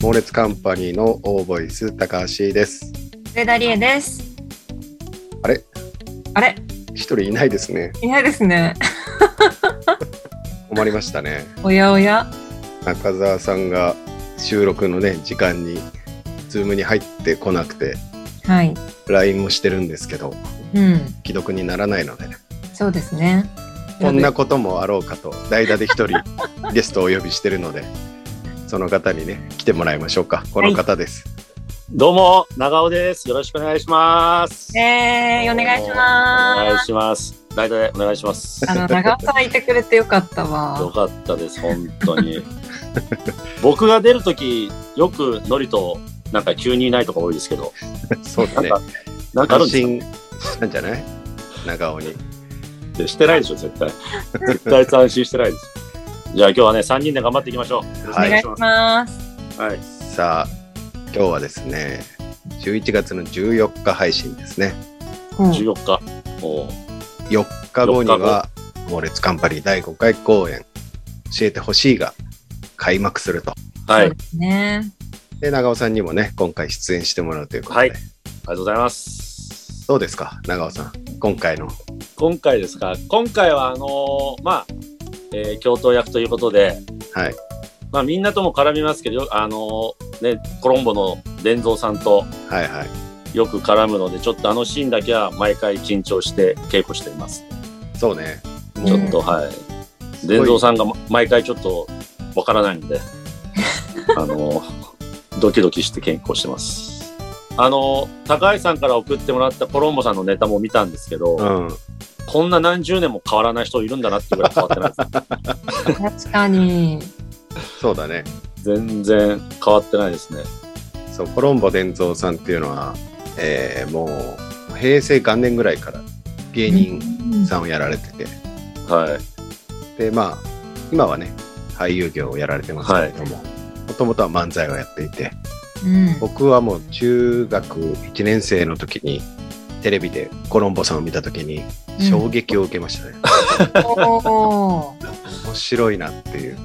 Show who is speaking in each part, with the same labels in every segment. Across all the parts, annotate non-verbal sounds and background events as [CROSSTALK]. Speaker 1: 烈カンパニーのオーボイス高橋です。
Speaker 2: 上田理恵です。
Speaker 1: あれ
Speaker 2: あれ
Speaker 1: 一人いないですね。
Speaker 2: いないですね。
Speaker 1: 困りましたね。
Speaker 2: おやおや。
Speaker 1: 中澤さんが収録のね時間にズームに入ってこなくて
Speaker 2: はい。
Speaker 1: LINE もしてるんですけど
Speaker 2: うん。
Speaker 1: 既読にならないのでね。
Speaker 2: そうですね。
Speaker 1: こんなこともあろうかと代打で一人 [LAUGHS] ゲストをお呼びしてるのでその方にね来てもらいましょうか。この方です。
Speaker 3: どうも、長尾です。よろしくお願いします。
Speaker 2: えー、お願いし
Speaker 3: お願い
Speaker 2: ます。
Speaker 3: します。大体お願いします。
Speaker 1: [LAUGHS]
Speaker 2: あの、長尾さんいてくれてよかったわ
Speaker 3: よ。かったです、本当に。 [LAUGHS] 僕が出るとき、よくノリと、なんか急にいないとか多いですけど、
Speaker 1: そうだ
Speaker 3: なん
Speaker 1: ね。
Speaker 3: か、なんかある
Speaker 1: 安
Speaker 3: んです
Speaker 1: 心したんじゃない長尾に。
Speaker 3: かねしてないでしょ、絶対。絶対安心してないです。じゃあ今日はね、3人で頑張っていきましょう。
Speaker 2: お
Speaker 1: はい
Speaker 2: 願いします。
Speaker 3: す。はい。
Speaker 1: さあ今日はですね11月の14日配信ですね
Speaker 2: うん
Speaker 3: 14日。おー
Speaker 1: 4日後には猛烈カンパニー第5回公演教えてほしいが開幕すると
Speaker 3: は
Speaker 2: そ
Speaker 3: い。あ
Speaker 2: う
Speaker 3: り
Speaker 2: ですね。
Speaker 1: で長尾さんにもね今回出演してもらうということで、
Speaker 3: はいがとうございます。
Speaker 1: どうですか長尾さん今回の
Speaker 3: 今回ですか今回はあのーまあ、えー、教頭役ということで、
Speaker 1: はい
Speaker 3: まあ、みんなとも絡みますけどよあのーねコロンボの伝蔵さんと
Speaker 1: はいはい
Speaker 3: よく絡むのでちょっとあのシーンだけは毎回緊張して稽古しています
Speaker 1: そうねもう
Speaker 3: ちょっと、
Speaker 2: う
Speaker 3: はい
Speaker 1: すごい
Speaker 3: 伝蔵さんがま毎回ちょっとわからないん
Speaker 1: [LAUGHS]
Speaker 3: であのードキドキして稽古してますあのー高橋さんから送ってもらったコロンボさんのネタも見たんですけど、
Speaker 1: うん
Speaker 3: こんな何十年も変わらない人いるんだなっていうぐらい変わってないです
Speaker 2: 確かに。
Speaker 1: そうだね
Speaker 3: 全然変わってないですね。
Speaker 1: そうコロンボ伝蔵さんっていうのは、えーもう平成元年ぐらいから芸人さんをやられてて、
Speaker 3: はい。
Speaker 1: でまあ今はね俳優業をやられてますけれどももともとは漫才をやっていて
Speaker 2: うん。
Speaker 1: 僕はもう中学1年生の時にテレビでコロンボさんを見た時に衝撃を受けましたね、
Speaker 2: おー
Speaker 1: 面白いなっていう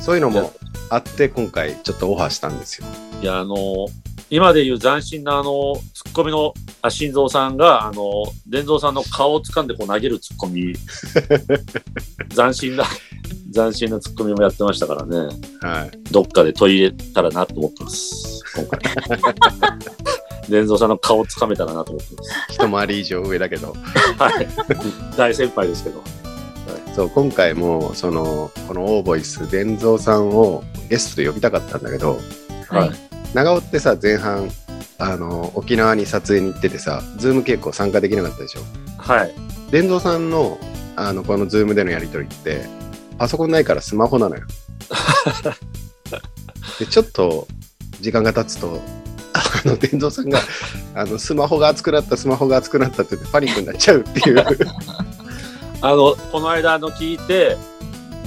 Speaker 1: そういうのもあって今回ちょっとオファーしたんですよ
Speaker 3: いや、あの今でいう斬新な、あのツッコミの、あ、心臓さんが、あの伝蔵さんの顔を掴んでこう投げるツッ
Speaker 2: [LAUGHS]
Speaker 3: コミ。斬新な、斬新なツッコミもやってましたからね。
Speaker 1: はい
Speaker 3: どっかで取り入れたらなと思ってます。今回。
Speaker 2: [LAUGHS]
Speaker 3: 伝蔵さんの顔を掴めたらなと思ってます。
Speaker 1: 一回り以上上だけど
Speaker 3: はい。
Speaker 2: [LAUGHS]
Speaker 3: 大先輩ですけど。
Speaker 1: そう今回もそのこのオーボイス伝蔵さんをゲストで呼びたかったんだけど
Speaker 2: はい。
Speaker 1: 長尾ってさ前半あの沖縄に撮影に行っててさズーム稽古参加できなかったでしょ
Speaker 3: はい。
Speaker 1: 伝蔵さんのあのこのズームでのやり取りってパソコンないからスマホな
Speaker 3: [LAUGHS]
Speaker 1: のよでちょっと時間が経つとあの伝蔵さんがあのスマホが熱くなったスマホが熱くなったって言ってパニックになっちゃうっていう
Speaker 3: [LAUGHS] あの、この間、あの、聞いて、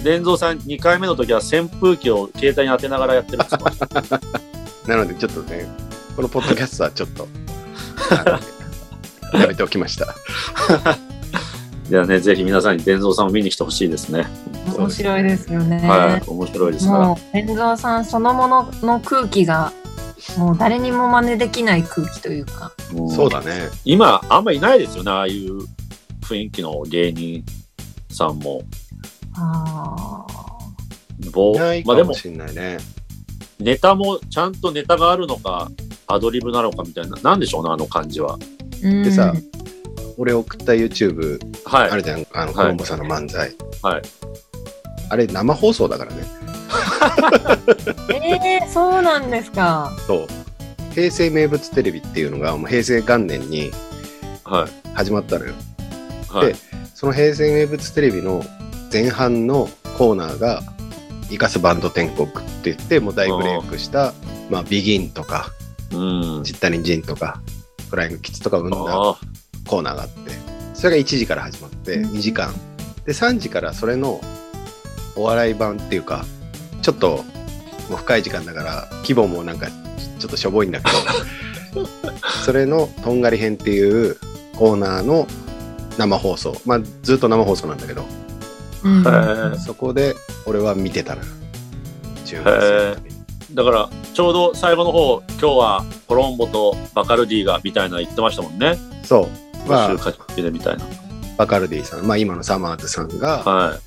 Speaker 3: 伝蔵さん2回目の時は扇風機を携帯に当てながらやってるんですよ。
Speaker 1: なのでちょっとねこのポッドキャストはちょっとあのやめておきました
Speaker 3: [LAUGHS] いやね、ぜひ皆さんに伝蔵さんを見に来てほしいですね。
Speaker 2: 面白いですよね。
Speaker 3: はい、面白いですから。
Speaker 2: もう、天蔵さんそのものの空気が、もう誰にも真似できない空気というか。
Speaker 3: うん
Speaker 1: そうだね
Speaker 3: 今、あんまいないですよね、ああいう雰囲気の芸人さんも。
Speaker 2: あ
Speaker 3: ぼ
Speaker 1: いない
Speaker 3: ま
Speaker 1: か
Speaker 3: あで
Speaker 1: も
Speaker 3: も、
Speaker 1: しんないね、
Speaker 3: ネタもちゃんとネタがあるのか、アドリブなのかみたいな、なんでしょうね、あの感じは。
Speaker 2: ーうん
Speaker 1: でさ俺送った YouTube
Speaker 3: はい。
Speaker 1: あるじゃん、あの、コロンボさんの漫才。
Speaker 3: はい
Speaker 1: あれ、生放送だからね。
Speaker 2: えー、そうなんですか。
Speaker 1: そう。平成名物テレビっていうのが、もう平成元年に
Speaker 3: はい。
Speaker 1: 始まったのよ。
Speaker 3: はい。
Speaker 1: その平成名物テレビの前半のコーナーが、イカスバンド天国って言って、もう大ブレイクした、まあ、ビギンとか、
Speaker 3: うん。
Speaker 1: ジッタリンジンとか、フライングキッズとかを生んだ
Speaker 3: ああ、
Speaker 1: コーナーがあって、それが1時から始まって、
Speaker 2: うん
Speaker 1: 2時間。で、3時からそれのお笑い版っていうか、ちょっともう深い時間だから、規模もなんかちちょっとしょぼいんだけ
Speaker 2: [LAUGHS]
Speaker 1: ど、それのとんがり編っていうコーナーの生放送。まあ、ずっと生放送なんだけど、
Speaker 2: うん
Speaker 3: へー
Speaker 1: そこで俺は見てたな。中学生の時に
Speaker 3: だから、ちょうど最後の方、今日はコロンボとバカルディがみたいな言ってましたもんね。
Speaker 1: そう。まあ
Speaker 3: 今週、勝ち抜きでみたいな。
Speaker 1: バカルディさん、まあ今のサマーズさんが
Speaker 3: はい。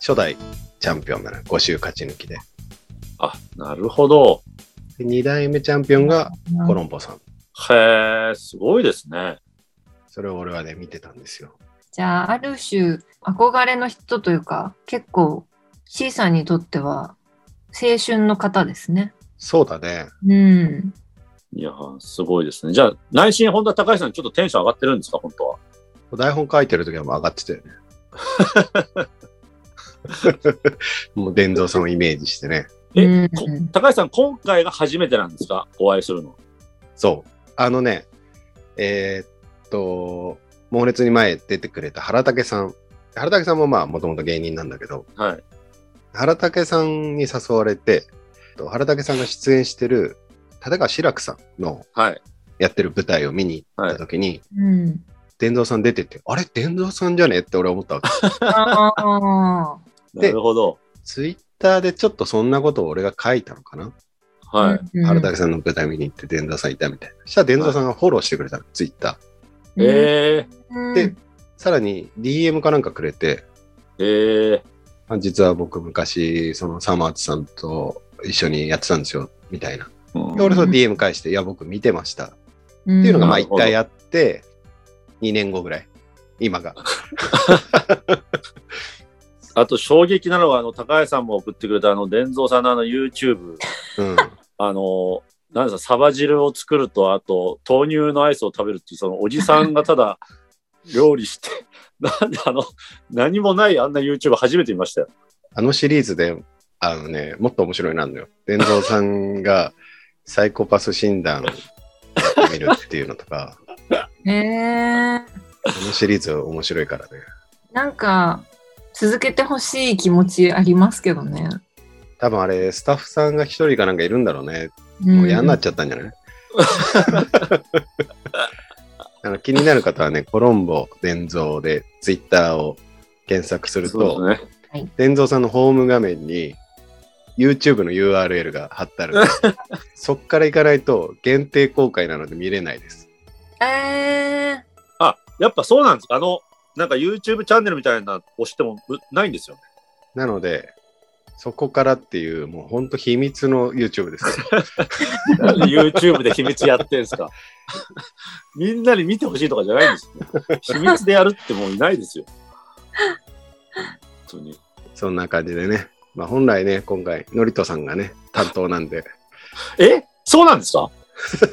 Speaker 1: 初代チャンピオンが5週勝ち抜きで。
Speaker 3: あ、なるほど。
Speaker 1: で2代目チャンピオンがコロンボさん。
Speaker 3: へえ、すごいですね。
Speaker 1: それを俺はね、見てたんですよ。
Speaker 2: じゃあ、ある種、憧れの人というか、結構、C さんにとっては、青春の方ですね。
Speaker 1: そうだね。
Speaker 2: うん。
Speaker 3: いやー、すごいですね。じゃあ、内心、本当は高橋さん、ちょっとテンション上がってるんですか、本当は。
Speaker 1: 台本書いてる時はもう上がってたよね。もう伝蔵さんをイメージしてね。
Speaker 3: え
Speaker 2: うん
Speaker 3: こ高橋さん、今回が初めてなんですか、お会いするの。
Speaker 1: そう。あのね、えーっと、猛烈に前出てくれた原武さん。原武さんもまあ、もともと芸人なんだけど、
Speaker 3: はい。
Speaker 1: 原武さんに誘われて、と原武さんが出演してる、立川志らくさんの
Speaker 3: はい。
Speaker 1: やってる舞台を見に行った時に、
Speaker 2: うん。
Speaker 1: 伝蔵さん出てて、あれ伝蔵さんじゃねって俺思ったわけ。
Speaker 2: ああ。
Speaker 3: な
Speaker 1: で
Speaker 3: るほど。
Speaker 1: ツイッターでちょっとそんなことを俺が書いたのかな、
Speaker 3: はい。
Speaker 2: うん。
Speaker 1: 原武さんの舞台見に行って伝蔵さんいたみたいな。そしたら伝蔵さんがフォローしてくれたの、ツイッター。
Speaker 2: うん
Speaker 3: え
Speaker 2: うん
Speaker 1: でさらに DM かなんかくれて、
Speaker 3: ー、え
Speaker 1: あ実は僕昔、そのサマーズさんと一緒にやってたんですよ、みたいな。
Speaker 3: ー。うん
Speaker 1: で、俺その DM 返して、いや、僕見てました。
Speaker 2: うん
Speaker 1: っていうのがまあ
Speaker 3: なる
Speaker 1: 一
Speaker 3: ほど
Speaker 1: 回あって、2年後ぐらい。今が。
Speaker 3: あと衝撃なのは、あの、高橋さんも送ってくれた、あの、伝蔵さんのあの、YouTube、
Speaker 1: うん。
Speaker 3: あの、なんですか、サバ汁を作ると、あと、豆乳のアイスを食べるっていう、その、おじさんがた [LAUGHS] だ、料理して、なんで、あの、何もないあんな YouTube 初めて見ましたよ。
Speaker 1: あのシリーズで、あのね、もっと面白いなんだよ。伝蔵さんがサイコパス診断やってみるっていうのとか、
Speaker 2: えー
Speaker 1: あのシリーズ面白いからね。
Speaker 2: なんか、続けてほしい気持ちありますけどね。
Speaker 1: 多分あれ、スタッフさんが一人かなんかいるんだろうね。も
Speaker 2: も
Speaker 1: う嫌になっちゃったんじゃない、 [LAUGHS] あの気になる方はね、コロンボ伝蔵でツイッターを検索すると、
Speaker 3: ですね。
Speaker 1: 伝蔵さんのホーム画面に YouTube の URL が貼ってあるのでそっから行かないと限定公開なので見れないです。
Speaker 2: え
Speaker 3: あ、やっぱそうなんですか。あの、なんか YouTube チャンネルみたいなの押してもうないんですよね。
Speaker 1: なので、そこからっていう、もう本当秘密の YouTube です。
Speaker 3: なんで YouTube で秘密やってんすか。 [LAUGHS] みんなに見てほしいとかじゃないんですよ。秘密でやるってもういないですよ。本当に。
Speaker 1: そんな感じでね。まあ本来ね、今回、のりとさんがね、担当なんで、 [LAUGHS]
Speaker 3: えそうなんですか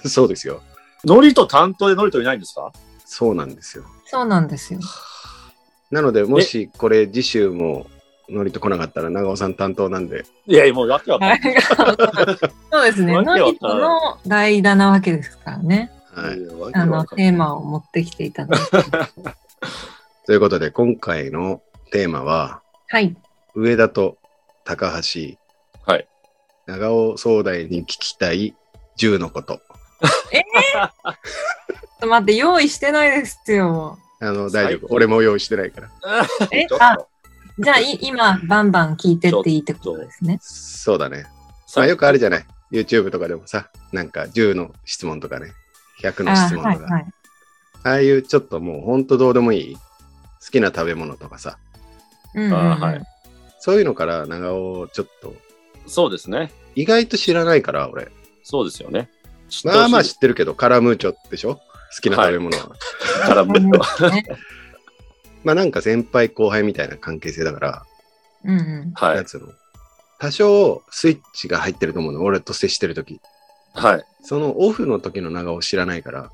Speaker 1: そうですよ。
Speaker 3: ノリと担当でノリといないんですか
Speaker 1: そうなんですよ。
Speaker 2: ー、そうなんですよ。
Speaker 1: なので、もしこれ次週ものりと来なかったら、長尾さん担当なんで、
Speaker 3: いやいや、もう [LAUGHS] わけわかんない。
Speaker 2: そうですね。
Speaker 3: わけわかんない
Speaker 2: ノリトの代打なわけですからね。
Speaker 1: はい。
Speaker 3: やわけ
Speaker 2: あの、
Speaker 3: わかんない
Speaker 2: テーマを持ってきていただいて。
Speaker 1: ということで、今回のテーマは、
Speaker 2: はい。
Speaker 1: 上田と高橋、
Speaker 3: はい。
Speaker 1: 長尾壮大に聞きたい10のこと。
Speaker 2: ちょっと待って、用意してないですよ。
Speaker 1: あの、大丈
Speaker 3: 最
Speaker 1: 夫。
Speaker 3: 高
Speaker 1: 俺も用意してないから。
Speaker 2: え
Speaker 3: ちょっ
Speaker 2: あ、
Speaker 3: と
Speaker 2: じゃあ、い今、バンバン聞いてっていいってことですね。
Speaker 1: そうだね。まあ、よくあるじゃない ?YouTube とかでもさ、なんか10の質問とかね、100の
Speaker 2: あ
Speaker 1: 質
Speaker 2: ー
Speaker 1: 問
Speaker 2: はい
Speaker 1: とか、
Speaker 2: はい。
Speaker 1: ああいうちょっともうほんとどうでもいい好きな食べ物とかさ、
Speaker 2: うんうんうん
Speaker 3: あーはい
Speaker 1: そういうのから長尾ちょっと
Speaker 3: そうですね。
Speaker 1: 意外と知らないから俺。
Speaker 3: そうですよね。知ってほしい
Speaker 1: まあまあ知ってるけど、カラムーチョでしょ好きな食べ物は。
Speaker 3: からもう
Speaker 2: ね
Speaker 1: まあなんか先輩後輩みたいな関係性だから、
Speaker 2: うんうん
Speaker 3: は
Speaker 1: や
Speaker 3: い。
Speaker 1: つの。多少スイッチが入ってると思うの、俺と接してるとき。
Speaker 3: はい。
Speaker 1: そのオフの時の長尾知らないから、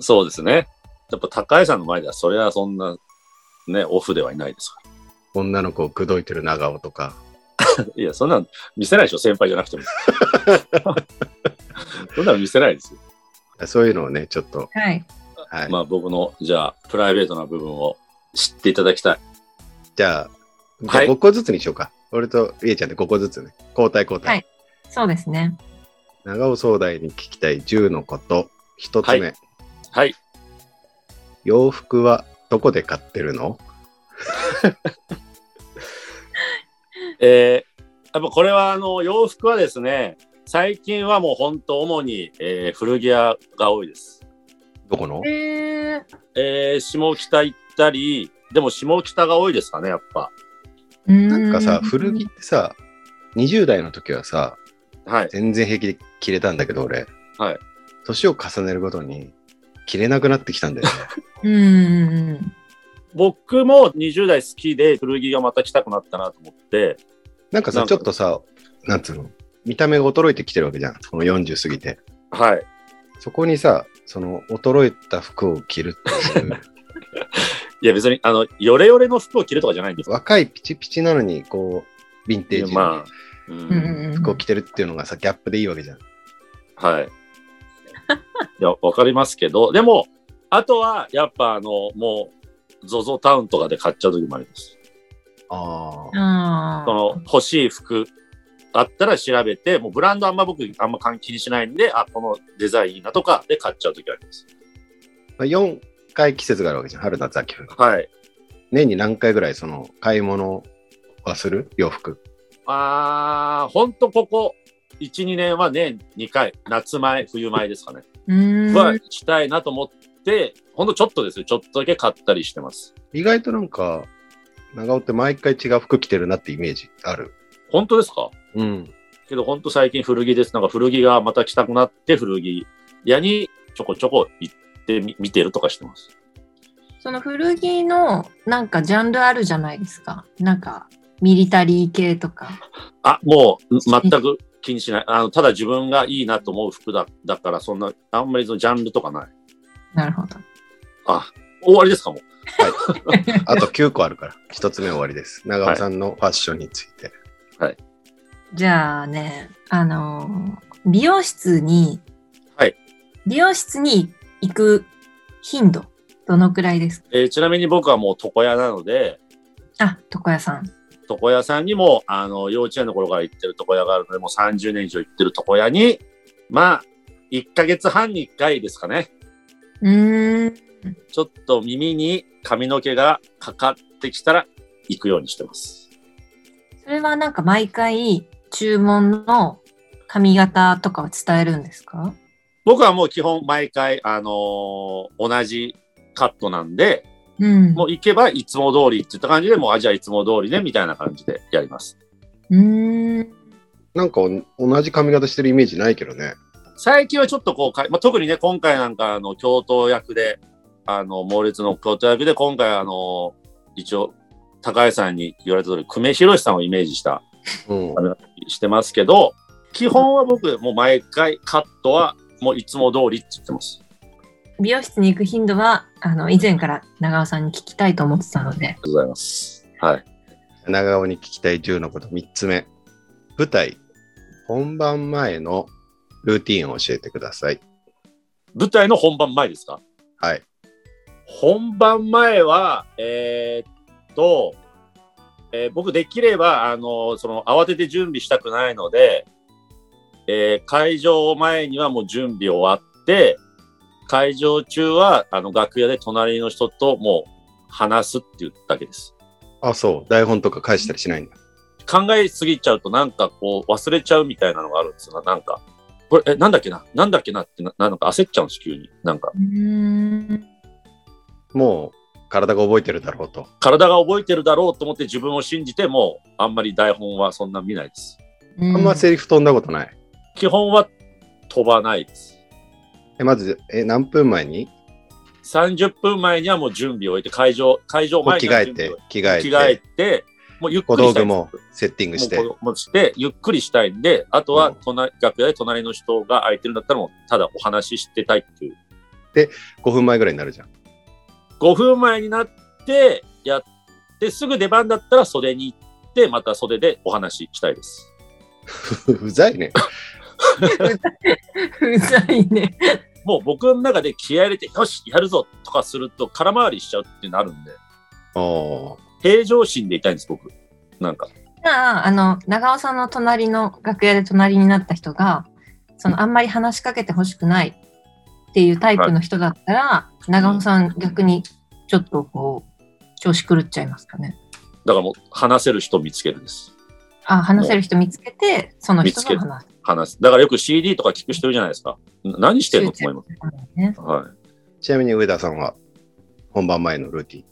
Speaker 3: そうですね。やっぱ高橋さんの前では、それはそんな、ね、オフではいないですか
Speaker 1: 女の子を口説いてる長尾とか、
Speaker 3: ら。いや、そんなの見せないでしょ、先輩じゃなくても。そんなの見せないですよ。
Speaker 1: そういうのをね、ちょっと、
Speaker 2: はい。
Speaker 1: はい。
Speaker 3: まあ僕の、じゃあ、プライベートな部分を知っていただきたい。
Speaker 1: じゃあ、じゃあ
Speaker 3: はい
Speaker 1: 5個ずつにしようか。俺とりえちゃんで5個ずつね。交代交代。
Speaker 2: はいそうですね。
Speaker 1: 長尾壮大に聞きたい10のこと。1つ目、
Speaker 3: ははい。
Speaker 1: 洋服はどこで買ってるの
Speaker 3: えーやっぱこれはあの洋服はですね、最近はもう本当主に、えー古着屋が多いです。
Speaker 1: どこの
Speaker 2: えー、
Speaker 3: えー下北行ったり、でも下北が多いですかね、やっぱ。
Speaker 1: な
Speaker 2: なん
Speaker 1: かさ、古着ってさ、20代の時はさ、
Speaker 3: はい。
Speaker 1: 全然平気で着れたんだけど、俺。
Speaker 3: はい。
Speaker 1: 年を重ねるごとに、着れなくなってきたんだよね。
Speaker 2: うんうんうん
Speaker 3: 僕も20代好きで古着がまた着たくなったなと思って、
Speaker 1: なんか
Speaker 3: な
Speaker 1: さ、
Speaker 3: ん
Speaker 1: ち
Speaker 3: か
Speaker 1: ょっとさ、なんつうの、見た目が衰えてきてるわけじゃん。この40過ぎて。
Speaker 3: はい。
Speaker 1: そこにさ、その、衰えた服を着るって
Speaker 3: [LAUGHS]
Speaker 1: いう、
Speaker 3: いや別に、あの、ヨレヨレの服を着るとかじゃないんですよ。
Speaker 1: 若いピチピチなのに、こう、ヴィンテージ
Speaker 3: いやま
Speaker 1: の
Speaker 3: あうん
Speaker 2: うんうんうん
Speaker 1: 服を着てるっていうのがさ、ギャップでいいわけじゃん。
Speaker 3: はい。いや、わかりますけど、でも、あとは、やっぱあの、もう、ZOZO タウンとかで買っちゃう時もあります。
Speaker 1: ああ。
Speaker 2: あ
Speaker 3: その、欲しい服あったら調べて、もうブランドあんま僕、あんま気にしないんで、あ、このデザインいいなとかで買っちゃう時あります。
Speaker 1: まあ、4回季節があるわけじゃん。春、夏、秋、冬。
Speaker 3: はい。
Speaker 1: 年に何回ぐらい、その、買い物はする洋服。
Speaker 3: あー、ほんとここ、1、2年は年2回、夏前、冬前ですかね。
Speaker 2: うーん
Speaker 3: は、したいなと思って、ほんとちょっとですよ。ちょっとだけ買ったりしてます。
Speaker 1: 意外となんか、長尾って毎回違う服着てるなってイメージある。
Speaker 3: 本当ですか
Speaker 1: うん。
Speaker 3: けど本当最近古着です。なんか古着がまた着たくなって古着屋にちょこちょこ行ってみ見てるとかしてます。
Speaker 2: その古着のなんかジャンルあるじゃないですか。なんかミリタリー系とか。
Speaker 3: あ、もう全く気にしない。あの、ただ自分がいいなと思う服だだから、そんな、あんまりそのジャンルとかない。
Speaker 2: なるほど。 [LAUGHS]
Speaker 3: あ、終わりですかもう。
Speaker 1: あと9個あるから、1つ目終わりです。長尾さんのファッションについて。
Speaker 2: じゃあね、あのー美容室に、
Speaker 3: はい
Speaker 2: 美容室に行く頻度、どのくらいですか
Speaker 3: えーちなみに僕はもう床屋なので、
Speaker 2: あ、床屋さん。
Speaker 3: 床屋さんにも、あの、幼稚園の頃から行ってる床屋があるので、もう30年以上行ってる床屋に、まあ、1ヶ月半に1回ですかね。
Speaker 2: うーん。
Speaker 3: ちょっと耳に髪の毛がかかってきたら行くようにしてます。
Speaker 2: それはなんか毎回注文の髪型とかを伝えるんですか
Speaker 3: 僕はもう基本毎回、あのー同じカットなんで、
Speaker 2: うん。
Speaker 3: もう行けばいつも通りって言った感じで、もうあ、じゃあいつも通りね、みたいな感じでやります。
Speaker 2: うーん。
Speaker 1: なんかお同じ髪型してるイメージないけどね。
Speaker 3: 最近はちょっとこうか、まあ、特にね、今回なんかあの、京都役で、あの、猛烈の京都役で、今回あの一応、高橋さんに言われた通り、久米宏さんをイメージした
Speaker 1: うん。
Speaker 3: してますけど、基本は僕、もう毎回カットは、もういつも通りって言ってます。
Speaker 2: 美容室に行く頻度は、あの、以前から長尾さんに聞きたいと思ってたので
Speaker 3: ありが。とうございます。はい。
Speaker 1: 長尾に聞きたい10のこと3つ目。舞台、本番前のルーティンを教えてください。
Speaker 3: 舞台の本番前ですか
Speaker 1: はい。
Speaker 3: 本番前は、えーっと、えー僕できれば、あの、その、慌てて準備したくないので、えー会場前にはもう準備終わって、会場中は、あの、楽屋で隣の人ともう話すっていうだけです。
Speaker 1: あ、そう。台本とか返したりしないんだ。
Speaker 3: 考えすぎちゃうとなんかこう忘れちゃうみたいなのがあるんですよな。なんか、これ、え、なんだっけななんだっけなってな、なんか焦っちゃうんです、急に。なんか、
Speaker 2: うーん。
Speaker 1: もう体が覚えてるだろうと。
Speaker 3: 体が覚えてるだろうと思って自分を信じても、あんまり台本はそんな見ないです。
Speaker 2: あ
Speaker 1: あんまセリフ飛んだことない。
Speaker 3: 基本は飛ばないです。
Speaker 1: え、まず、え、何分前に
Speaker 3: 30分前にはもう準備を終えて、会場、会場
Speaker 1: もう
Speaker 3: 前
Speaker 1: 着
Speaker 3: に
Speaker 1: 替
Speaker 3: は
Speaker 1: え
Speaker 3: 準備
Speaker 1: て
Speaker 3: を、
Speaker 1: 着替え
Speaker 3: 着
Speaker 1: て、
Speaker 3: 替えて、もうゆっく
Speaker 1: 小
Speaker 3: り
Speaker 1: 道
Speaker 3: し
Speaker 1: 具
Speaker 3: たいんです
Speaker 1: もセッティングして
Speaker 3: もう。こうもうして、ゆっくりしたいんで、あとは
Speaker 1: うん
Speaker 3: 隣、楽屋で隣の人が空いてるんだったらもう、ただお話ししてたいっていう
Speaker 1: 5分前ぐらいになる [LAUGHS] じゃん。
Speaker 3: 5分前になって、やって、すぐ出番だったら袖に行って、また袖でお話ししたいです。
Speaker 1: うざいね。
Speaker 2: [LAUGHS] うざいね。
Speaker 3: もう僕の中で気合入れて、よし、やるぞとかすると空回りしちゃうってなるんで、
Speaker 1: おー
Speaker 3: 平常心でいたいんです、僕。なんか。
Speaker 2: じゃあ、あの、長尾さんの隣の楽屋で隣になった人が、その、あんまり話しかけてほしくないっていうタイプの人だったら、長尾さん逆にちょっとこう、調子狂っちゃいますかね。
Speaker 3: だからもう話せる人見つけるです。
Speaker 2: あ、話せる人見つけて、その人の話。
Speaker 3: 話す。だからよく CD とか聞く人いるじゃないですか。ん何してんのと思いま
Speaker 2: 集中するんだよね
Speaker 3: す。はい。
Speaker 1: ちなみに上田さんは本番前のルーティン。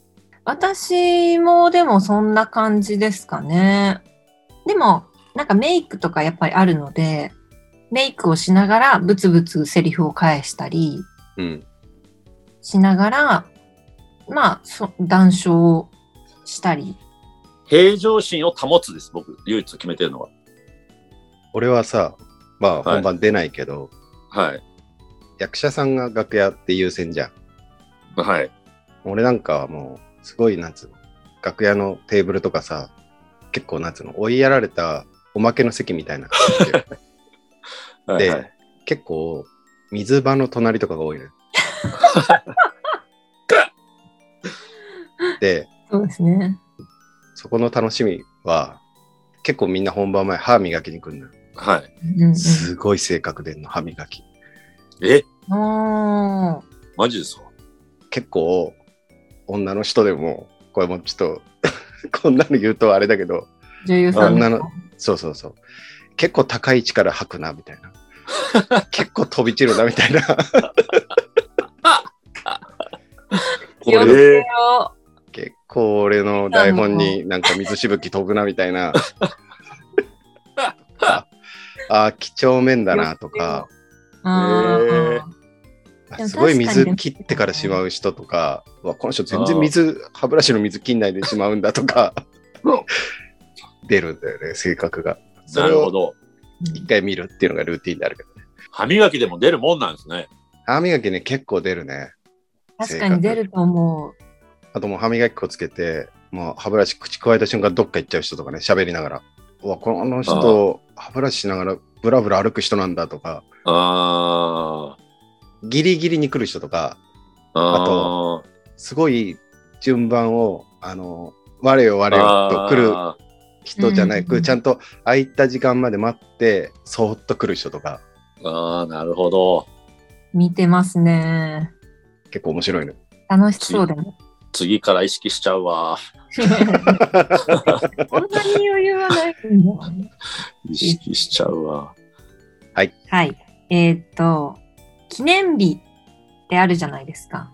Speaker 2: 私もでもそんな感じですかね。でも、なんかメイクとかやっぱりあるので、メイクをしながらブツブツセリフを返したり
Speaker 1: うん。
Speaker 2: しながら、まあ、そ談笑をしたり。
Speaker 3: 平常心を保つです、僕。唯一決めてるのは。
Speaker 1: 俺はさ、まあ
Speaker 3: はい
Speaker 1: 本番出ないけど、
Speaker 3: はい。
Speaker 1: 役者さんが楽屋って優先じゃん。
Speaker 3: はい。
Speaker 1: 俺なんかはもう、すごい、なんつうの、楽屋のテーブルとかさ、結構、なんつうの、追いやられたおまけの席みたいな感じ
Speaker 3: [LAUGHS]
Speaker 1: で、
Speaker 3: はい
Speaker 1: で
Speaker 3: はい
Speaker 1: 結構、水場の隣とかが多い
Speaker 3: [LAUGHS]
Speaker 1: の、よ。で、
Speaker 2: そうですね。
Speaker 1: そこの楽しみは、結構みんな本番前、歯磨きに来るのよ。
Speaker 3: はい。
Speaker 2: うんうん
Speaker 1: すごい性格でんの、歯磨き。
Speaker 3: え、
Speaker 2: おー
Speaker 3: マジですか
Speaker 1: 結構、女の人でも、これもちょっと [LAUGHS] 、こんなの言うとあれだけど、
Speaker 2: 女優さん
Speaker 1: 女のそうそうそう。結構高い位置から吐くな、みたいな。
Speaker 3: [LAUGHS]
Speaker 1: 結構飛び散るな、みたいな。
Speaker 3: こ
Speaker 2: 気をつけ
Speaker 3: れ、
Speaker 2: よ
Speaker 1: 結構俺の台本になんか水しぶき飛ぶな、みたいな。ああ、几帳面だな、とか。
Speaker 2: う。あー
Speaker 3: へー
Speaker 2: でも
Speaker 1: すごい
Speaker 2: 確か
Speaker 1: 水
Speaker 2: に
Speaker 1: 切ってからしまう人とか、うわこの人全然水、歯ブラシの水切んないでしまうんだとか
Speaker 3: うん、
Speaker 1: [LAUGHS] 出るんだよね、性格が。そ
Speaker 3: な
Speaker 1: れ
Speaker 3: るほ
Speaker 1: を
Speaker 3: ど。
Speaker 1: 一回見るっていうのがルーティンであるけど。
Speaker 3: 歯磨きでも出るもんなんですね。
Speaker 1: 歯磨きね、結構出るね。
Speaker 2: 確かに出ると思う。
Speaker 1: あともう歯磨き粉つけて、もう歯ブラシ口加えた瞬間どっか行っちゃう人とかね、喋りながら。うわ、この人、歯ブラシしながらブラブラ歩く人なんだとか、
Speaker 3: あー
Speaker 1: ギリギリに来る人とか、あ
Speaker 3: あー。
Speaker 1: すごい順番を、あの、我よ我よと
Speaker 3: あ
Speaker 1: 来る
Speaker 3: ー
Speaker 1: 人じゃな
Speaker 2: うん
Speaker 1: く、ちゃんと空いた時間まで待って、そーっと来る人とか、
Speaker 3: あー、なるほど。
Speaker 2: 見てますね。
Speaker 1: 結構面白いの。
Speaker 2: 楽しそうだね。 [LAUGHS]
Speaker 3: 次から意識しちゃうわ。
Speaker 2: こんなに余裕はないんだね。
Speaker 3: 意識しちゃうわ。
Speaker 2: はい。えーっと、記念日ってあるじゃないですか。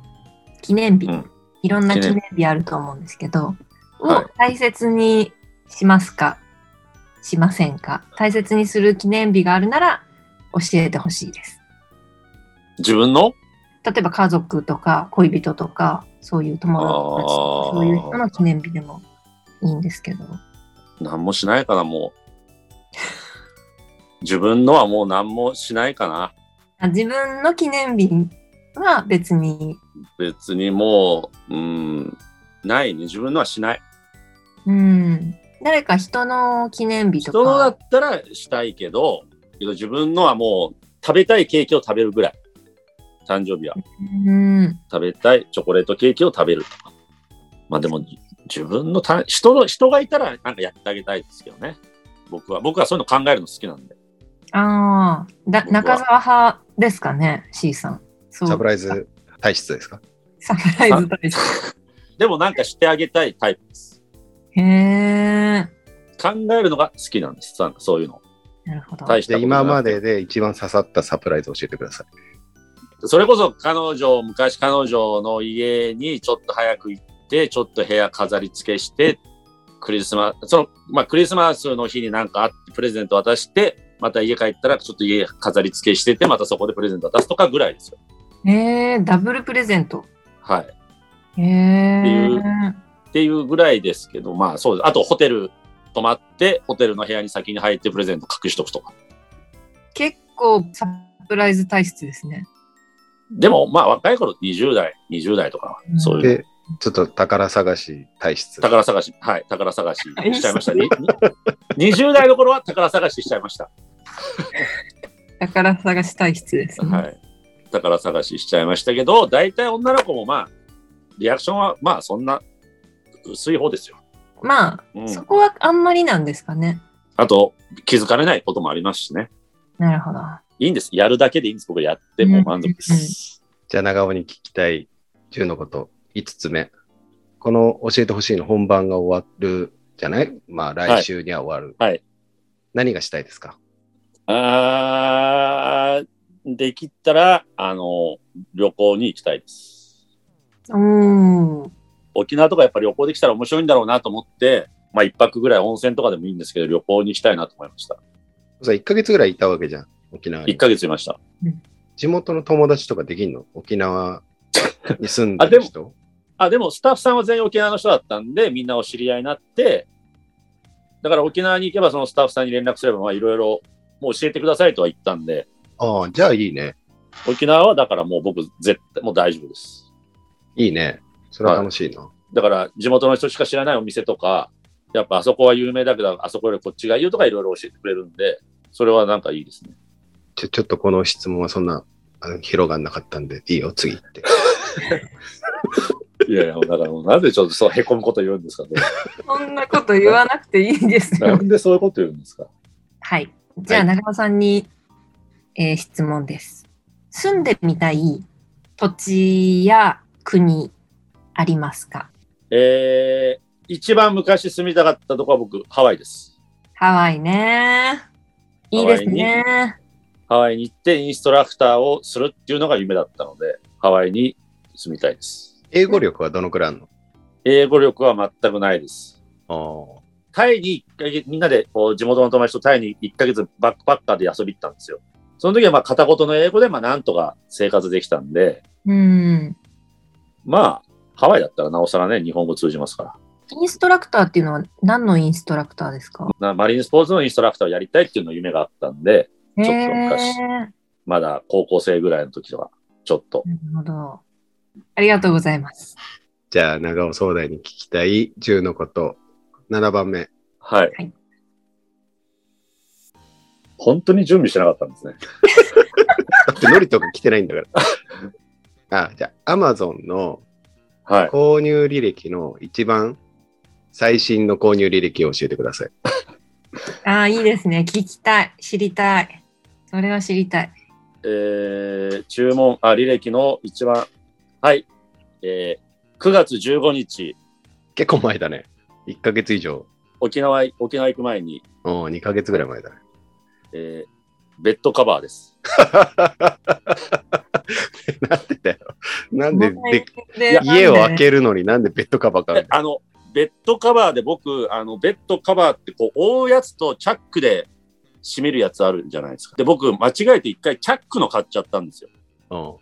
Speaker 2: 記念日。
Speaker 3: うん
Speaker 2: いろんな記
Speaker 3: 記念
Speaker 2: 念
Speaker 3: 日
Speaker 2: 日あると思うんですけど、
Speaker 3: は
Speaker 2: を大切にしますかしませんか大切にする記念日があるなら教えてほしいです。
Speaker 3: 自分の
Speaker 2: 例えば家族とか恋人とか、そういう友達とか、そ
Speaker 3: あー
Speaker 2: ういう人の記念日でもいいんですけど。
Speaker 3: 何もしないかな、もう。自分のはもう何もしないかな。
Speaker 2: あ自分の記念日は別に、
Speaker 3: 別にもう、うん、ないね。自分のはしない。
Speaker 2: うん、誰か人の記念日とか。
Speaker 3: 人のだったらしたいけど、けど自分のはもう食べたいケーキを食べるぐらい。誕生日は
Speaker 2: うん、
Speaker 3: 食べたいチョコレートケーキを食べるとか。まあでも、自分のた人の、人がいたらなんかやってあげたいですけどね。僕は、僕はそういうの考えるの好きなんで。
Speaker 2: ああ、だ
Speaker 3: 僕は
Speaker 2: 中澤派ですかね、C さん。そう
Speaker 1: サプライズ体質ですか
Speaker 2: サプライズ大事。
Speaker 3: でもなんかしてあげたいタイプです。
Speaker 2: へえ、
Speaker 3: 考えるのが好きなんです。なんかそういうの。
Speaker 2: なるほど。
Speaker 3: 大した
Speaker 1: で
Speaker 3: こと
Speaker 1: 今ま
Speaker 3: ない
Speaker 1: でで一番刺さったサプライズ教えてください。
Speaker 3: それこそ彼女、昔彼女の家にちょっと早く行って、ちょっと部屋飾り付けして、クリスマス、その、まあクリスマスの日になんかあってプレゼント渡して、また家帰ったらちょっと家飾り付けしてて、またそこでプレゼント渡すとかぐらいですよ。
Speaker 2: へえ、ダブルプレゼント。
Speaker 3: はい。
Speaker 2: へえ。
Speaker 3: っていうっていうぐらいですけど、まあそうです。あとホテル泊まって、ホテルの部屋に先に入ってプレゼント隠しとくとか。
Speaker 2: 結構サプライズ体質ですね。
Speaker 3: でもまあ若い頃20代、20代とか
Speaker 2: う、ん
Speaker 3: そういう
Speaker 1: で、ちょっと宝探し体質。
Speaker 3: 宝探し、はい、宝探ししちゃいました。にに20代の頃は宝探ししちゃいました。
Speaker 2: 宝探し体質ですね。
Speaker 3: はい。宝探ししちゃいましたけど、大体女の子もまあ、リアクションはまあそんな薄い方ですよ。
Speaker 2: まあ、
Speaker 3: うん、
Speaker 2: そこはあんまりなんですかね。
Speaker 3: あと、気づかれないこともありますしね。
Speaker 2: なるほど。
Speaker 3: いいんです。やるだけでいいんです。僕やっても満足です。
Speaker 1: じゃあ長尾に聞きたい10のこと5つ目。この教えてほしいの本番が終わるじゃないまあ来週には終わる。
Speaker 3: はい
Speaker 1: 何がしたいですか
Speaker 3: あーできたら、あの、旅行に行きたいです。
Speaker 2: うん。うん。
Speaker 3: 沖縄とかやっぱ旅行できたら面白いんだろうなと思って、まあ一泊ぐらい温泉とかでもいいんですけど、旅行に行きたいなと思いました。
Speaker 1: さ1ヶ月ぐらいいたわけじゃん、沖縄
Speaker 3: 1
Speaker 1: に。
Speaker 3: ヶ月いました。
Speaker 1: 地元の友達とかできんの沖縄に住んでる人
Speaker 3: あ、でもスタッフさんは全員沖縄の人だったんで、みんなお知り合いになって、だから沖縄に行けばそのスタッフさんに連絡すれば、まあいろいろ、もう教えてくださいとは言ったんで、
Speaker 1: ああ、じゃあいいね。
Speaker 3: 沖縄はだからもう僕絶対、もう大丈夫です。
Speaker 1: いいね。それは楽しいな。
Speaker 3: だから地元の人しか知らないお店とか、やっぱあそこは有名だけど、あそこよりこっちがいいよとかいろいろ教えてくれるんで、それはなんかいいですね。
Speaker 1: ちょちょっとこの質問はそんなあの広がんなかったんで、いいよ、次行って。
Speaker 3: いやいや、だからもうなんでちょっとそうへこむこと言うんですかね。
Speaker 2: そんなこと言わなくていいです
Speaker 3: な
Speaker 2: よ。
Speaker 3: んでそういうこと言うんですか。
Speaker 2: はい。じゃあ、長尾さんに、えー質問です。住んでみたい土地や国ありますか
Speaker 3: えー、一番昔住みたかったとこは僕、ハワイです。
Speaker 2: ハワイね。いいですね。
Speaker 3: ハワイに行ってインストラクターをするっていうのが夢だったので、ハワイに住みたいです。
Speaker 1: 英語力はどのくらいある
Speaker 3: 英語力は全くないです。
Speaker 1: の
Speaker 3: タイに一回、みんなでこう地元の友達とタイに1ヶ月バックパッカーで遊び行ったんですよ。その時はまあ片言の英語でまあなんとか生活できたんで、
Speaker 2: うん。
Speaker 3: まあ、ハワイだったらなおさらね、日本語通じますから。
Speaker 2: インストラクターっていうのは何のインストラクターですか
Speaker 3: なマリンスポーツのインストラクターをやりたいっていうの夢があったんで、
Speaker 2: ち
Speaker 3: ょっと昔
Speaker 2: な
Speaker 3: まだ高校生ぐらいの時とか、ちょっと。
Speaker 2: るほど。ありがとうございます。
Speaker 1: じゃあ、長尾壮大に聞きたい10のこと。7番目。
Speaker 3: はい。
Speaker 2: はい
Speaker 3: 本当に準備してなかったんですね。
Speaker 1: だって、ノリとか来てないんだから。 [LAUGHS] あ、じゃあ、アマゾンの
Speaker 3: はい。
Speaker 1: 購入履歴の一番最新の購入履歴を教えてください。
Speaker 2: ああ、いいですね。聞きたい。知りたい。それは知りたい。
Speaker 3: えー、注文、あ、履歴の一番、はい。えー、9月15日、
Speaker 1: 結構前だね。1ヶ月以上。
Speaker 3: 沖縄へ、沖縄行く前に、
Speaker 1: うん、2ヶ月ぐらい前だね。 [LAUGHS]
Speaker 3: えーベッドカバーです。
Speaker 1: なんでだよ。なんでで
Speaker 2: で
Speaker 1: 家を開けるのになんでベッドカバー買う
Speaker 3: え
Speaker 1: の
Speaker 3: あの、ベッドカバーで僕、あの、ベッドカバーってこう、覆うやつとチャックで閉めるやつあるんじゃないですか。で、僕、間違えて一回チャックの買っちゃったんですよ。
Speaker 1: うん。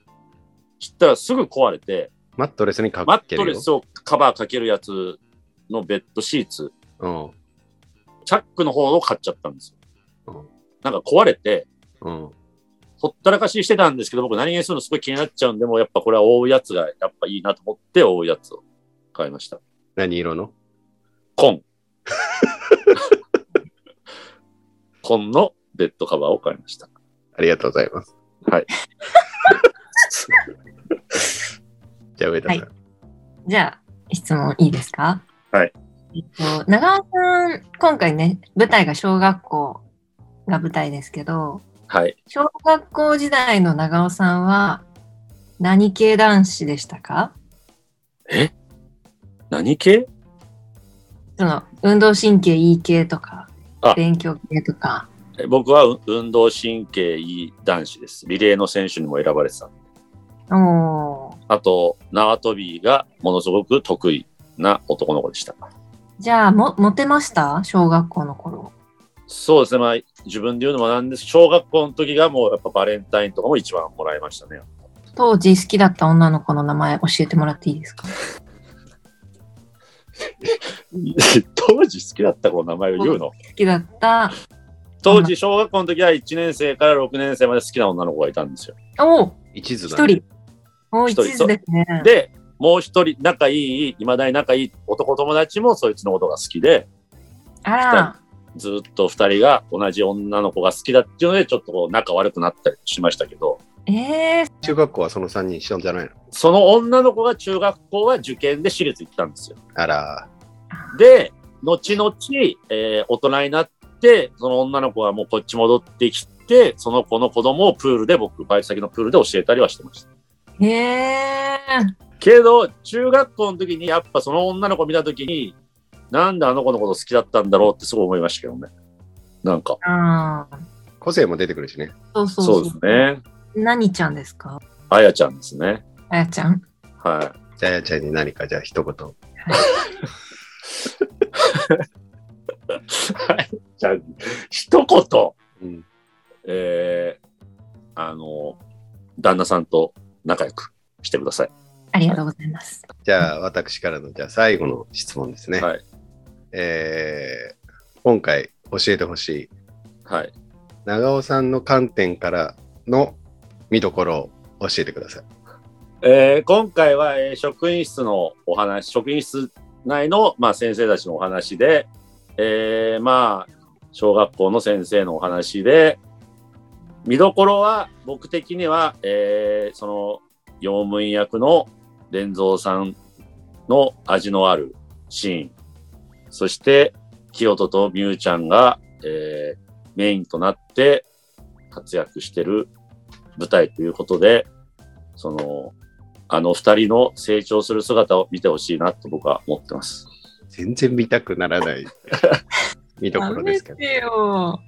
Speaker 3: 知ったらすぐ壊れて、
Speaker 1: マットレスにか
Speaker 3: マ
Speaker 1: ける
Speaker 3: ット
Speaker 1: よ。
Speaker 3: レスをカバーかけるやつのベッドシーツ、
Speaker 1: うん。
Speaker 3: チャックの方を買っちゃったんですよ。
Speaker 1: うん
Speaker 3: なんか壊れて、
Speaker 1: うん。
Speaker 3: ほったらかししてたんですけど、僕何気にするのすごい気になっちゃうんで、もうやっぱこれは覆うやつがやっぱいいなと思って、覆うやつを買いました。
Speaker 1: 何色の [LAUGHS]
Speaker 3: 紺。紺のベッドカバーを買いました。
Speaker 1: ありがとうございます。
Speaker 2: [LAUGHS]
Speaker 3: はい。
Speaker 1: じゃあ、上田さん。
Speaker 2: はいじゃあ、質問いいですか
Speaker 3: はい。
Speaker 2: えっと、長尾さん、今回ね、舞台が小学校が舞台ですけど、
Speaker 3: はい。
Speaker 2: 小学校時代の長尾さんは、何系男子でしたか
Speaker 3: 何系
Speaker 2: その、運動神経いい系とか
Speaker 3: あ、
Speaker 2: 勉強系とか。
Speaker 3: え僕はう運動神経いい男子です。リレーの選手にも選ばれてた。
Speaker 2: おー
Speaker 3: あと、縄跳びがものすごく得意な男の子でした。
Speaker 2: じゃあ、も、モテました小学校の頃。
Speaker 3: そうですね。まあ、自分で言うのもなんです。小学校の時がもうやっぱバレンタインとかも一番もらいましたね。
Speaker 2: 当時好きだった女の子の名前教えてもらっていいですか
Speaker 3: [LAUGHS] 当時好きだった子の名前を言うの
Speaker 2: 好きだった。
Speaker 3: 当時小学校の時は1年生から6年生まで好きな女の子がいたんですよ。
Speaker 2: おー
Speaker 1: 一途だ、
Speaker 2: 一
Speaker 1: ね。
Speaker 2: 人。おー
Speaker 3: 一人
Speaker 2: 一途ですね。
Speaker 3: で、もう一人仲いい、いまだに仲いい男友達もそいつのことが好きで、
Speaker 2: あら、
Speaker 3: ずっと二人が同じ女の子が好きだっていうので、ちょっとこう仲悪くなったりしましたけど、
Speaker 2: ええ
Speaker 1: 中学校はその3人一緒じゃないの
Speaker 3: その女の子が中学校は受験で私立行ったんですよ。
Speaker 1: あら、
Speaker 3: で、後々、えー大人になって、その女の子がもうこっち戻ってきて、その子の子供をプールで僕、バイト先のプールで教えたりはしてました。
Speaker 2: へえ
Speaker 3: けど、中学校の時にやっぱその女の子見た時に、なんであの子のこと好きだったんだろうってすごい思いましたけどね。なんか。
Speaker 2: ああ、
Speaker 1: 個性も出てくるしね。
Speaker 2: そうそう
Speaker 3: そう
Speaker 2: そう
Speaker 3: ですね。
Speaker 2: 何ちゃんですか
Speaker 3: あやちゃんですね。
Speaker 2: あやちゃん。
Speaker 3: は
Speaker 1: じゃあ、あやちゃんに何か、じゃあ、一言。
Speaker 3: い。あやちゃん、一言、
Speaker 1: うん、
Speaker 3: えー、あの、旦那さんと仲良くしてください。
Speaker 2: ありがとうございます。
Speaker 1: じゃあ、私からの、じゃあ、最後の質問ですね。
Speaker 3: はい。
Speaker 1: えー今回、教えてほしい、
Speaker 3: はい。
Speaker 1: 長尾さんの観点からの見どころを教えてください。
Speaker 3: えー今回は、えー職員室のお話、職員室内の、まあ、先生たちのお話で、えーまあ、小学校の先生のお話で、見どころは、僕的には、えーその、用務員役の伝蔵さんの味のあるシーン、そして、清人と美羽ちゃんが、えーメインとなって活躍してる舞台ということで、その、あの二人の成長する姿を見てほしいなと僕は思ってます。
Speaker 1: 全然見たくならない見どころ
Speaker 2: [LAUGHS]
Speaker 1: ですけど。
Speaker 2: やめてよ。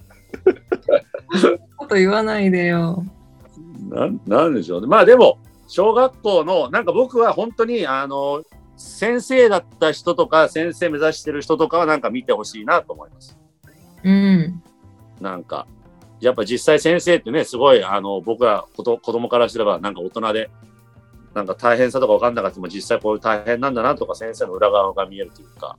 Speaker 2: そんなこと言わないでよ。
Speaker 3: なん、なんでしょうね。まあでも、小学校の、なんか僕は本当に、あの、先生だった人とか、先生目指してる人とかはなんか見てほしいなと思います。
Speaker 2: うん。
Speaker 3: なんか、やっぱ実際先生ってね、すごい、あの、僕らこと子供からすれば、なんか大人で、なんか大変さとか分かんなかったも、実際こういう大変なんだなとか、先生の裏側が見えるというか、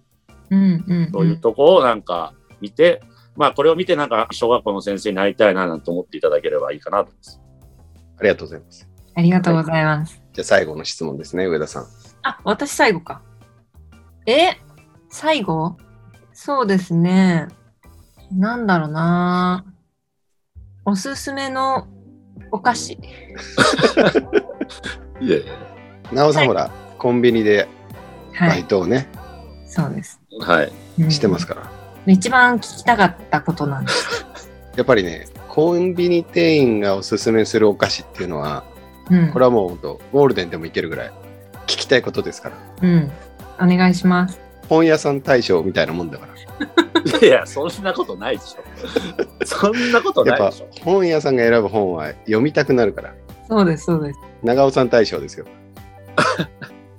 Speaker 2: うんうん、
Speaker 3: そういうとこをなんか見て、まあこれを見てなんか小学校の先生になりたいななんて思っていただければいいかなと思います。
Speaker 1: ありがとうございます。
Speaker 2: ありがとうございます。
Speaker 1: じゃあ、最後の質問ですね、上田さん。
Speaker 2: あ、私最後か。え最後そうですね。なんだろうな。おすすめのお菓子。
Speaker 3: いや
Speaker 1: なおさん、ほら、コンビニで
Speaker 2: は
Speaker 1: バ
Speaker 2: い
Speaker 1: イ。トをね、
Speaker 2: そうです。
Speaker 3: はい。
Speaker 2: うん
Speaker 1: してますから。
Speaker 2: 一番聞きたかったことなんです。
Speaker 1: やっぱりね、コンビニ店員がおすすめするお菓子っていうのは、
Speaker 2: うん。
Speaker 1: これはもう本当、ゴールデンでもいけるぐらい、聞きたいことですから。
Speaker 2: うん。お願いします。
Speaker 1: 本屋さん大賞みたいなもんだから。
Speaker 3: いや、そんなことないでしょ。そんなこと
Speaker 1: やっ
Speaker 3: な
Speaker 1: ぱ
Speaker 3: いでしょ。
Speaker 1: 本屋さんが選ぶ本は読みたくなるから。
Speaker 2: そうです、そうです。
Speaker 1: 長尾さん大賞ですよ。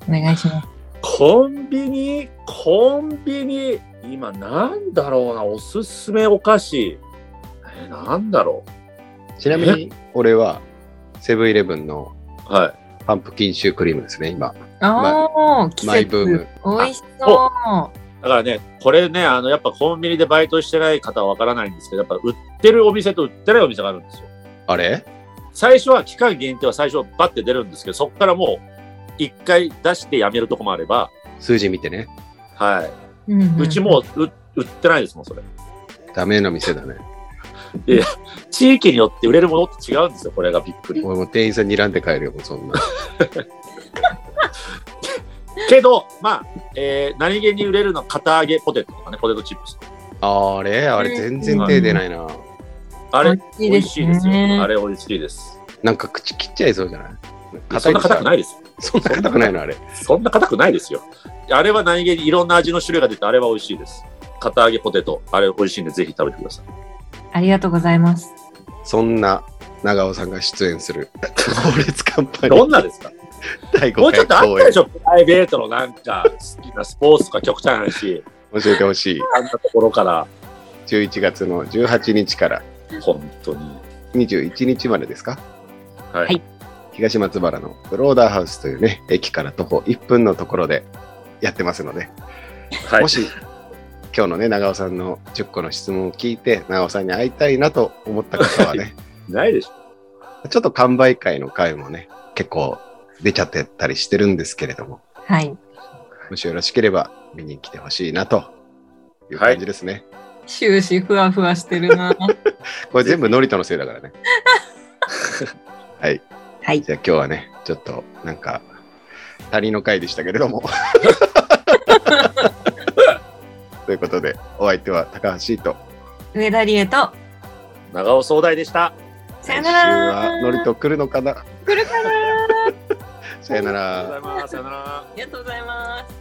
Speaker 2: お願いします。
Speaker 3: コンビニ、コンビニ、今なんだろうな、おすすめお菓子。えー、なんだろ
Speaker 1: ちなみに、俺はセブンイレブンの
Speaker 3: う。はい。
Speaker 1: パンプキンシュークリームですね、今。
Speaker 2: ああ、季
Speaker 1: マイブー
Speaker 2: 節
Speaker 1: ム。
Speaker 2: 美味しそ
Speaker 3: だからね、これね、あの、やっぱコンビニでバイトしてない方はわからないんですけど、やっぱ売ってるお店と売ってないお店があるんですよ。
Speaker 1: あれ
Speaker 3: 最初は期間限定は最初はバッて出るんですけど、そこからもう一回出してやめるとこもあれば、
Speaker 1: 数字見てね。
Speaker 3: はい。
Speaker 2: う。うんん
Speaker 3: うちもうう売ってないですもん、それ。
Speaker 1: ダメな店だね。
Speaker 3: 地域によって売れるものって違うんですよ、これがびっくり。
Speaker 1: 俺も店員さん睨んで帰るよ、もうそんな。
Speaker 3: けど、まあ、えー何気に売れるのは片揚げポテトとかね、ポテトチップス。
Speaker 1: あれあれ全然手出ないな。
Speaker 3: あれ、
Speaker 2: 美
Speaker 3: 美味しいですよ。あ
Speaker 2: れ。
Speaker 3: れ、美味しいです。
Speaker 1: なんか口切っちゃいそうじゃない
Speaker 3: そんな硬くないいですよ。
Speaker 1: そんな硬くないのあれ。
Speaker 3: そんな硬くないですよ。あれは何気にいろんな味の種類が出て、あれは美味しいです。片揚げポテト、あれ美味しいんで、ぜひ食べてください。
Speaker 2: ありがとうございます。
Speaker 1: そんな長尾さんが出演
Speaker 3: [LAUGHS]
Speaker 1: する猛烈カンパニ
Speaker 3: ど
Speaker 1: ー
Speaker 3: んなですか
Speaker 1: 第5
Speaker 3: もうちょ
Speaker 1: 回
Speaker 3: っとあっ
Speaker 1: 公
Speaker 3: た
Speaker 1: 演
Speaker 3: でしょ、プライベートのなんか、好きなスポーツとか極端な話、
Speaker 1: 教えてほしい。
Speaker 3: あんなところから、
Speaker 1: 11月の18日から
Speaker 3: 本当に。
Speaker 1: 21日までですか
Speaker 3: はい。
Speaker 2: はい
Speaker 1: 東松原のブローダーハウスというね、駅から徒歩1分のところでやってますので、
Speaker 3: はい
Speaker 1: もし今日のね、長尾さんの10個の質問を聞いて、長尾さんに会いたいなと思った方はね、
Speaker 3: ないでしょ。
Speaker 1: ちょっと完売会の会もね、結構出ちゃってたりしてるんですけれども、
Speaker 2: はい。
Speaker 1: もしよろしければ見に来てほしいなという感じですね。
Speaker 2: 終始ふわふわしてるな。
Speaker 1: これ全部ノリトのせいだからね。はい。
Speaker 2: はい。
Speaker 1: じゃあ今日はね、ちょっとなんか、他人の会でしたけれど
Speaker 2: [LAUGHS]
Speaker 1: も。ということで、お相手は高橋と、
Speaker 2: 上田理恵と、
Speaker 3: 長尾総大でした。
Speaker 2: さよ
Speaker 1: 来週
Speaker 2: な
Speaker 1: は
Speaker 2: ら。
Speaker 1: ノリト来るのかな
Speaker 2: 来るかな。
Speaker 1: さよな
Speaker 3: あり
Speaker 1: ら [LAUGHS]
Speaker 3: がとう。ございます。さよなら。
Speaker 2: ありがとうございます。